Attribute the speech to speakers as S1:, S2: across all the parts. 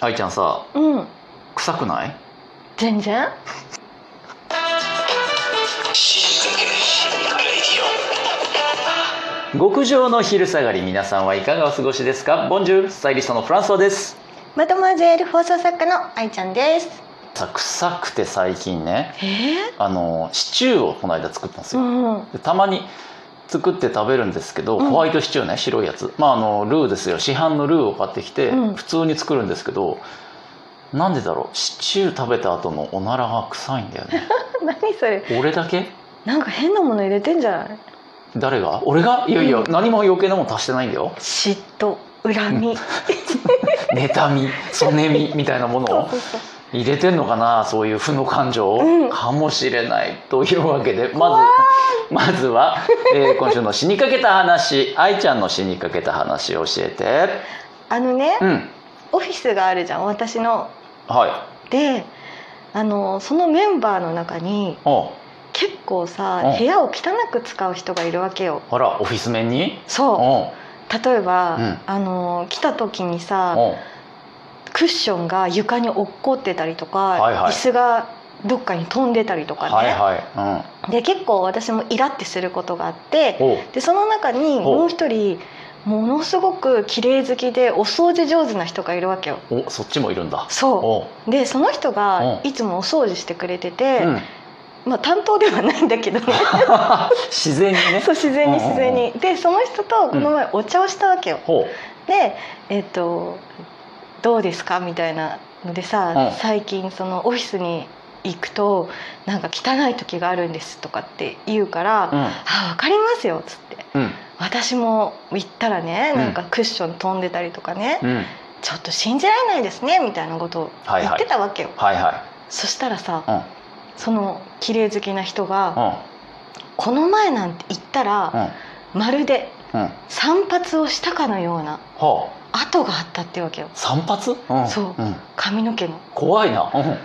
S1: 愛ちゃんさ
S2: うん
S1: 臭くない
S2: 全然
S1: 極上の昼下がり皆さんはいかがお過ごしですかボンジュールスタイリストのフランソワです
S2: マドマゼール放送作家の愛ちゃんです
S1: さ臭くて最近ね
S2: え
S1: あのシチューをこの間作ったんです
S2: う
S1: よ、
S2: んうん
S1: でたまに作って食べるんですけど、
S2: うん
S1: ホワイトシチューね白いやつまああのルーですよ市販のルーを買ってきて、
S2: うん
S1: 普通に作るんですけどなんでだろうシチュー食べた後のおならが臭いんだよ ね
S2: 何それ
S1: 俺だけ
S2: なんか変なもの入れてんじゃない
S1: 誰が俺がいやいや、
S2: うん
S1: 何も余計なもん足してないんだ よ
S2: 嫉妬恨み
S1: 妬みそねみみたいなものを
S2: そうそう
S1: 入れてんのかなそういう負の感情を、
S2: うん
S1: かもしれないというわけでまずまずは、えー今週の死にかけた話愛ちゃんの死にかけた話を教えて
S2: あのね
S1: うん
S2: オフィスがあるじゃん私の
S1: はい
S2: であのそのメンバーの中に
S1: おう
S2: 結構
S1: う
S2: さ
S1: ん
S2: 部屋を汚く使う人がいるわけよ
S1: あらオフィス面に
S2: そう
S1: おう
S2: 例えば、
S1: うん
S2: あの来た時にさ
S1: おう
S2: クッションが床に落っこってたりとか、
S1: はいはい
S2: 椅子がどっかに飛んでたりとかね、
S1: はいはい
S2: で結構私もイラってすることがあって
S1: うんおう
S2: でその中にもう一人ものすごく綺麗好きでお掃除上手な人がいるわけよ
S1: おそっちもいるんだ
S2: そ
S1: おう
S2: うでその人が
S1: うん
S2: いつもお掃除してくれてて、
S1: うん
S2: まあ担当ではないんだけどね
S1: 自然にね
S2: そう自然に
S1: うんうんうん
S2: 自然にでその人とこの前お茶をしたわけよ、
S1: ほう
S2: でえっ、とどうですかみたいなのでさ、
S1: うん
S2: 最近そのオフィスに行くとなんか汚い時があるんですとかって言うから
S1: う
S2: 「あ
S1: ん
S2: 分かりますよ」っつって
S1: うん
S2: 私も行ったらね
S1: うん
S2: なんかクッション飛んでたりとかね、
S1: うん
S2: ちょっと信じられないですねみたいなことを
S1: はい
S2: 言
S1: は
S2: っ
S1: い
S2: てたわけよ、
S1: はいは
S2: そしたらさ、
S1: うん
S2: その綺麗好きな人が、
S1: い
S2: この前なんて言ったら、まるで
S1: うんうんうん
S2: 散髪をしたかのような
S1: ほう
S2: 跡があったってわけよ
S1: 散髪、うん
S2: そ
S1: うん、
S2: 髪の毛の
S1: 怖いな、うん、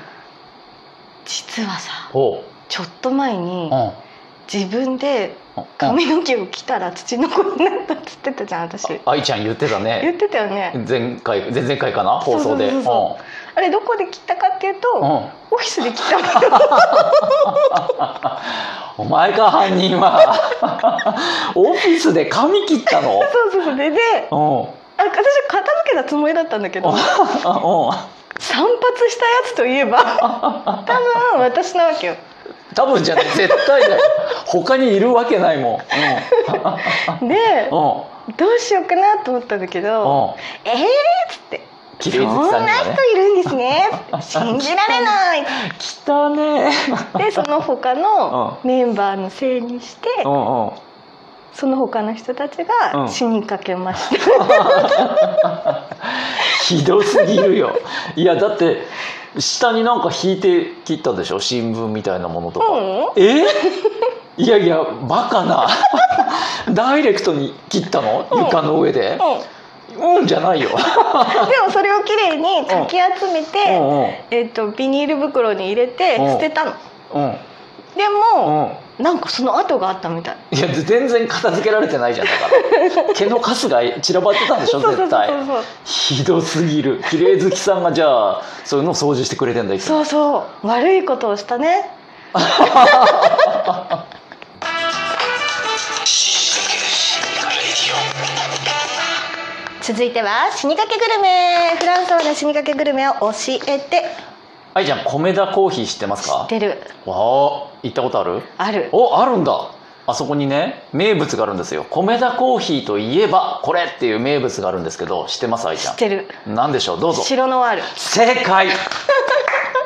S2: 実はさ
S1: ほ
S2: ちょっと前に
S1: う、うん
S2: 自分で
S1: うん、
S2: 髪の毛を切ったら土の子になったっつってたじゃん私
S1: 愛ちゃん言ってた
S2: 言っ
S1: ね
S2: てたよね
S1: 前回前々回かな放送で
S2: そうそうそあれどこで切ったかっていうと、
S1: うんうん
S2: オフィスで切ったの
S1: お前か犯人 はオフィスで髪切ったの
S2: そうそうそうでであ
S1: うん
S2: 私片付けたつもりだったんだけ
S1: あ
S2: ど散髪したやつといえば
S1: う
S2: 多分私なわけよ
S1: ん多分じゃない絶対だよ他にいるわけないもん
S2: で
S1: う
S2: どうしようかなと思ったんだけ
S1: んうん
S2: ど
S1: うん
S2: 「えー!」っつって
S1: 綺
S2: 「そ
S1: 麗好き
S2: ん
S1: さんに
S2: な
S1: はね
S2: 人いるんですね」信じられない」
S1: 汚ね
S2: でその他の
S1: う
S2: メンバーのせいにして
S1: えうんうん
S2: その他の人たち
S1: う
S2: が
S1: ん
S2: 死にかけました、
S1: ひどすぎるよいやだって下になんか引いて切ったでしょ新聞みたいなものとか、
S2: うん
S1: えいやいやバカな ダイレクトに切ったの
S2: うん
S1: 床の上で
S2: うん
S1: うんじゃないよ
S2: でもそれをきれいにかき集め
S1: う
S2: て、
S1: んうん
S2: えっとビニール袋に入れて
S1: うん
S2: 捨てたの
S1: うん
S2: で
S1: う
S2: も、
S1: ん
S2: なんかその跡があったみたい
S1: いや全然片付けられてないじゃんだから毛のカスが散らばってたんでしょ
S2: そうそうそう
S1: 絶対
S2: そう
S1: ひどすぎる綺麗好きさんがじゃあそういうのを掃除してくれてんだいつも
S2: そうそう悪いことをし たね続いては死にかけグルメフランスの死にかけグルメを教えて
S1: 愛ちゃん米田コーヒー知ってます
S2: 知
S1: か
S2: ってる
S1: わあ行ったことある
S2: ある
S1: おあるんだあそこにね名物があるんですよ米田コーヒーといえばこれっていう名物があるんですけど知ってます愛ち
S2: 知
S1: ゃ
S2: ってる
S1: ん何でしょうどうぞ
S2: 白のワール
S1: 正解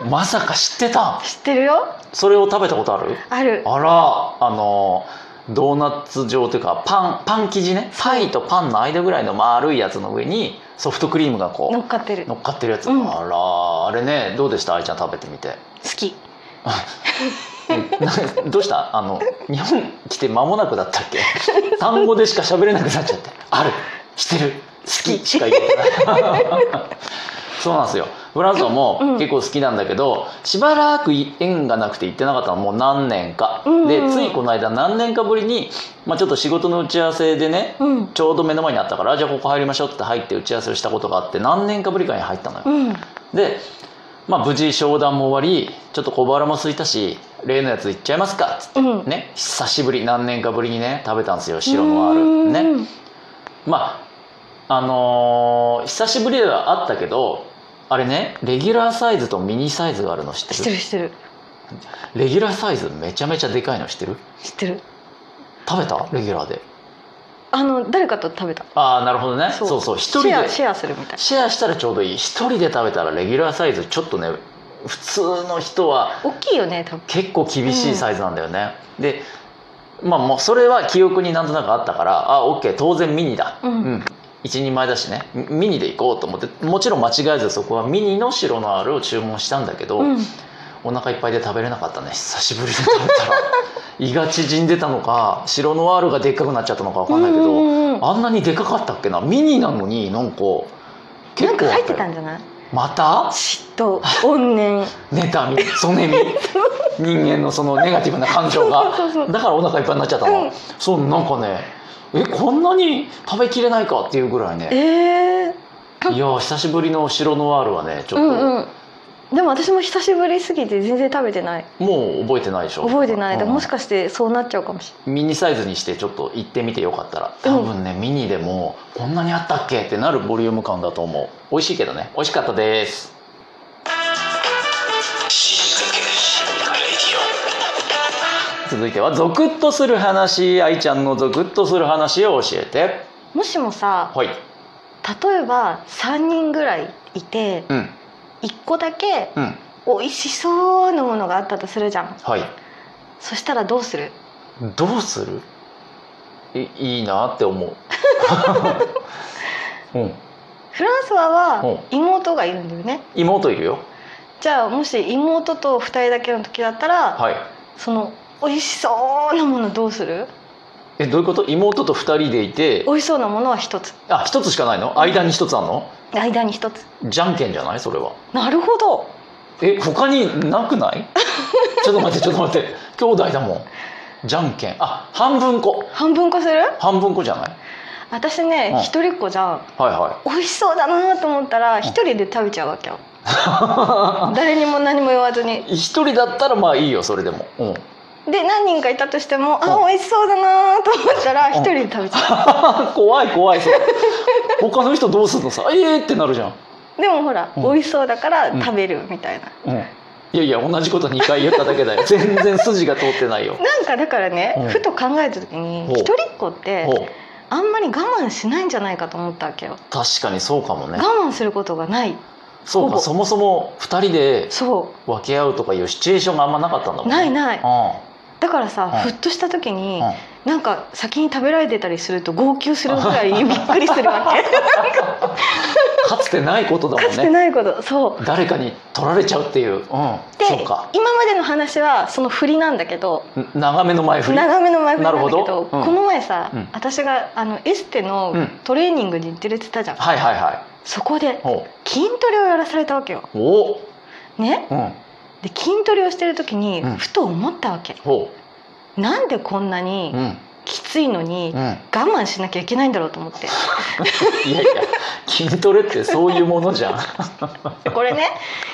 S1: まさか知ってた
S2: 知ってるよ
S1: それを食べたことある
S2: ある
S1: あらあのドーナツ状というかパンパン生地ねパイとパンの間ぐらいの丸いやつの上にソフトクリームがこう
S2: 乗っかってる
S1: 乗
S2: 好
S1: っかってるやつ、
S2: うん
S1: あらあれねどうでした愛ちゃん食べてみて
S2: き
S1: などうしたあの日本来て間もなくだったっけ単語でしか喋れなくなっちゃってあるしてる好きしか言えてないそうなんですよブラウゾンも
S2: うん
S1: 結構好きなんだけど、しばらく縁がなくて行ってなかったのもう何年か、
S2: うんうん
S1: でついこの間何年かぶりに、まあ、ちょっと仕事の打ち合わせでね
S2: うん
S1: ちょうど目の前にあったからじゃあここ入りましょうって入って打ち合わせをしたことがあって何年かぶりかに入ったのよ、
S2: うん
S1: で、まあ、無事商談も終わりちょっと小腹も空いたし例のやつ行っちゃいますかっつって
S2: うん
S1: ね久しぶり何年かぶりにね食べたんですよ白のあるね
S2: うん
S1: まああのー久しぶりではあったけどあれねレギュラーサイズとミニサイズがあるの知っ
S2: 知ってて
S1: る
S2: る知ってる
S1: レギュラーサイズめちゃめちゃでかいの知ってる
S2: 知ってる
S1: 食べたレギュラーで
S2: あの誰かと食べた
S1: ああなるほどねそ
S2: そうう
S1: そう一人
S2: シェ
S1: で
S2: アシェアするみたい
S1: シェアしたらちょうどいい一人で食べたらレギュラーサイズちょっとね普通の人は
S2: 大きいよね多分
S1: 結構厳しいサイズなんだよね、でまあもうそれは記憶になんとなくあったからあオッケー当然ミニだ
S2: うん
S1: 一人前だしねミミニで行こうと思ってもちろん間違えずそこはミニの白のあるを注文したんだけど、
S2: うん
S1: お腹いっぱいで食べれなかったね久しぶりに食べ たら胃が縮んでたのか白のアールがでっかくなっちゃったのかわかんないけど、
S2: うんうんうん
S1: あんなにでかかったっけなミニなのになんか
S2: なんか入ってた
S1: だ
S2: んじゃない
S1: また
S2: 嫉妬怨念
S1: 妬みそ ねみ人間のそのネガティブな感情が
S2: そうそうそう
S1: だからお腹いっぱいになっちゃったの、
S2: うん
S1: そうなんかねえこんなに食べきれないかっていうぐらいね
S2: ええ
S1: いやー久しぶりの白ノワールはねちょっ
S2: う
S1: と、
S2: んうんでも私も久しぶりすぎて全然食べてない
S1: もう覚えてないでしょ
S2: 覚えてない、で
S1: うん
S2: ももしかしてそうなっちゃうかもし
S1: ミニサイズにしてちょっと行ってみてよかったら
S2: うん
S1: 多分ね、ミニでもこんなにあったっけってなるボリューム感だと思う美味しいけどね美味しかったです続いてはゾクッとする話愛ちゃんのゾクッとする話を教えて
S2: れないもしもさ
S1: はい
S2: 例えば3人ぐらいいて
S1: うん
S2: 1個だけ
S1: うん
S2: 美味しそうなものがあったとするじゃん
S1: はい
S2: そしたらどうする
S1: どうするいいいなって思う うん
S2: フランスワは妹がいるんだよね
S1: 妹いるよ
S2: じゃあもし妹と2人だけの時だったら、
S1: はい
S2: その美味しそうなものどうする
S1: えどういうこと妹と二人でいて
S2: 美味しそうなものは1つ
S1: あ一つしかないの間に一つあんの
S2: 間に1つ
S1: じゃんけんじゃないそれは
S2: なるほど
S1: え他になくないちょっと待ってちょっと待って兄弟だもんじゃんけんあ半分こ
S2: 半分こする
S1: 半分こじゃない
S2: 私ね
S1: うん
S2: 一人っ子じゃん
S1: はいは
S2: 美味しそうだなと思ったら一人で食べちゃうわけよ誰にも何も言わずに
S1: い 一人だったらまあいいよそれでも、うん、
S2: で何人かいたとしても
S1: う
S2: あ
S1: ん
S2: 美味しそうだなと思ったら
S1: ん
S2: 一人で食べち ゃ
S1: 怖い怖いそれ他の人どうすんのさえーってなるじゃん、
S2: うでもほら
S1: うん
S2: 美味しそうだから
S1: うん
S2: 食べるみたいな
S1: うん、いやいや同じこと2回言っただけだ よ全然筋が通ってないよ
S2: なんかだから
S1: うん
S2: ねふと考えた時に
S1: ほう
S2: 一人っ子って
S1: ほう
S2: あんまり我慢しないんじゃないかと思ったわけよ
S1: 確かにそうかもね
S2: 我慢することがない
S1: そう
S2: ほ
S1: か
S2: ぼ
S1: そもそも2人で
S2: そ
S1: 分け合うとかいうシチュエーションがあんまなかったんだも
S2: うん
S1: ね
S2: ないないだからさ
S1: うん
S2: ふっとした時に
S1: うんうん
S2: なんか先に食べられてたりすると号泣するぐ らいびっくりするわけ
S1: かつてないことだも
S2: か
S1: ん
S2: つて
S1: ね
S2: ないことそう
S1: 誰かに取られちゃうっていう、うん、
S2: で
S1: そうか
S2: 今までの話はその振りなんだけど
S1: ん長めの前振り
S2: 長めの前振りなんだけど
S1: なるほどうん
S2: この前さ、
S1: うん
S2: 私があのエステの
S1: うん
S2: トレーニングに行ってるって言ったじゃん、
S1: はいはいは
S2: そこで
S1: いほ
S2: 筋トレをやらされたわけよ。
S1: うおお、
S2: ね、
S1: うん、
S2: で筋トレをしてる時に
S1: うん
S2: ふと思ったわけ、
S1: ほ
S2: なんでこんな
S1: うう
S2: に
S1: ん
S2: きついのに
S1: うんいや
S2: 我慢しなきゃいけないんだろうと思って
S1: いや筋トレってそういうものじゃん我
S2: でこれね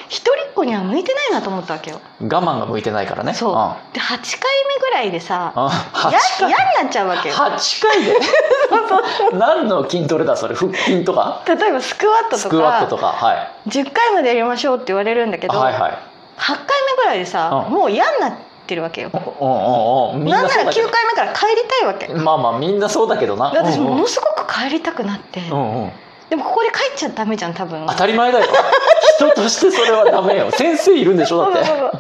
S2: 一人っ子には向いてないなと思ったわけよ。
S1: 慢が向いてないからね
S2: そう
S1: うん、あ
S2: で8回目ぐらいでさ
S1: 8
S2: や嫌
S1: 回
S2: になっちゃうわけよ。
S1: 八回で 何の筋トレだそれ腹筋とか
S2: 例えばスクワット
S1: ス
S2: と
S1: クワッ
S2: か
S1: トとかはい
S2: 10回までやりましょうって言われるんだけど、
S1: はいはい
S2: 8回目ぐらいでさ、
S1: うん
S2: もう嫌になってるわけよ
S1: おおおみん
S2: なん
S1: な
S2: な
S1: そうだ
S2: ら9
S1: け
S2: 回
S1: ど
S2: 目から帰りたいわけで
S1: まあまあみんなそうだけどな
S2: 私
S1: うん
S2: も
S1: うん
S2: のすごく帰りたくなって、
S1: うんうん
S2: でもここで帰っちゃダメじゃん多分
S1: 当たり前だよ人としてそれはダ メよ先生いるんでしょだって
S2: そうそう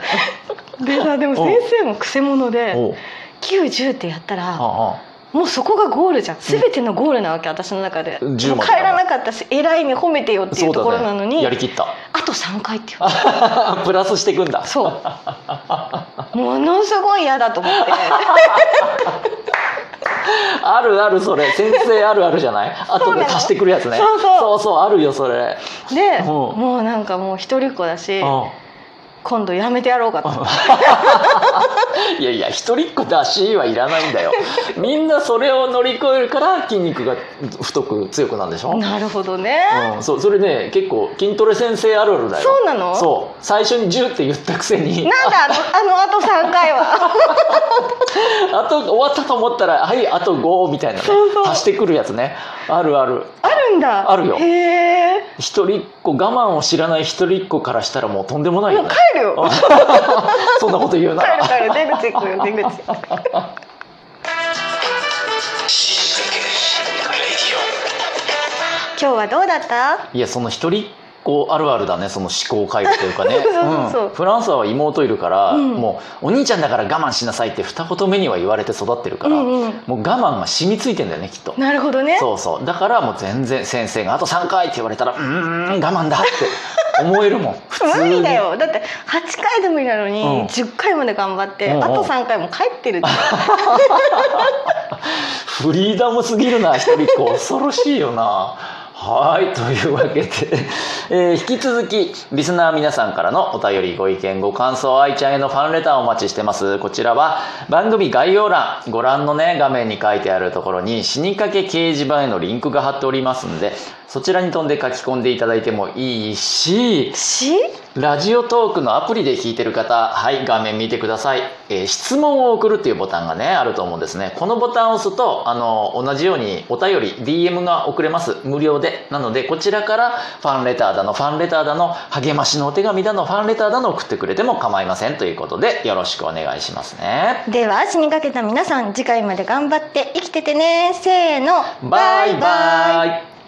S2: そう でさでも先生もくせ者で
S1: おう
S2: 910ってやった
S1: あ
S2: ら
S1: あ
S2: もうそこがゴールじゃん全てのゴールなわけ私の中で、
S1: うん10
S2: もう帰らなかったし偉いに褒めてよっていうところなのに、
S1: やりきった
S2: あと3回っていう
S1: プラスしていくんだ
S2: そう ものすごい嫌だと思って
S1: あるあるそれ先生あるあるじゃない
S2: そ
S1: 後
S2: う
S1: で
S2: なの
S1: 足してくるやつね
S2: そうそう
S1: そうあるよそれ
S2: で、
S1: うん
S2: もうなんかもう一人っ子だし、
S1: うん
S2: 今度やめてやろうかと。
S1: いやいや一人っ子だしはいらないん だよみんなそれを乗り越えるから筋肉が太く強くなんでしょ、
S2: なるほどね。
S1: うん、そうそれね結構筋トレ先生あるあるだよ
S2: そうなの
S1: そう最初に10って言ったくせに
S2: なんだあのあのあと3回は
S1: あと終わったと思ったらはいあと5みたいなね
S2: そうそう
S1: 足してくるやつねあるある
S2: あるんだ
S1: あるよ
S2: へえ
S1: 一人っ子我慢を知らない一人っ子からしたらもうとんでもない
S2: も
S1: よ
S2: う
S1: ね
S2: 帰るよ
S1: あそんなこと言うな
S2: 帰る
S1: ら
S2: 帰る出口行くよ出口今日はどうだった
S1: いやその一人っ子あるあるだねその思考回路というかね
S2: そうそうそう
S1: うんフランスは妹いるから、
S2: うん
S1: もうお兄ちゃんだから我慢しなさいって二言目には言われて育ってるから、
S2: うんうん
S1: もう我慢が染みついてんだよねきっと。
S2: なるほどね
S1: そうそうだからもう全然先生が「あと3回」って言われたら「うーん我慢だ」って思えるもん普
S2: 無
S1: に
S2: 理だよだって8回でもいいなのに、
S1: うん
S2: 10回まで頑張って、
S1: うんうん
S2: あと3回も帰ってるって
S1: フリーダムすぎるな一人っ子恐ろしいよなはいというわけで、えー引き続きリスナー皆さんからのお便りご意見ご感想愛ちゃんへのファンレターをお待ちしてますこちらは番組概要欄ご覧のね画面に書いてあるところに死にかけ掲示板へのリンクが貼っておりますんでそちらに飛んで書き込んでいただいてもいいし
S2: し
S1: ラジオトークのアプリで聞いてる方、はい、画面見てください。えー質問を送るっていうボタンがね、あると思うんですね。このボタンを押すと、あの、同じようにお便り、DM が送れます。無料で。なので、こちらからファンレターだの、ファンレターだの、励ましのお手紙だの、ファンレターだの送ってくれても構いませんということで、よろしくお願いしますね。
S2: では死にかけた皆さん次回まで頑張って生きててねせーの
S1: バイバイ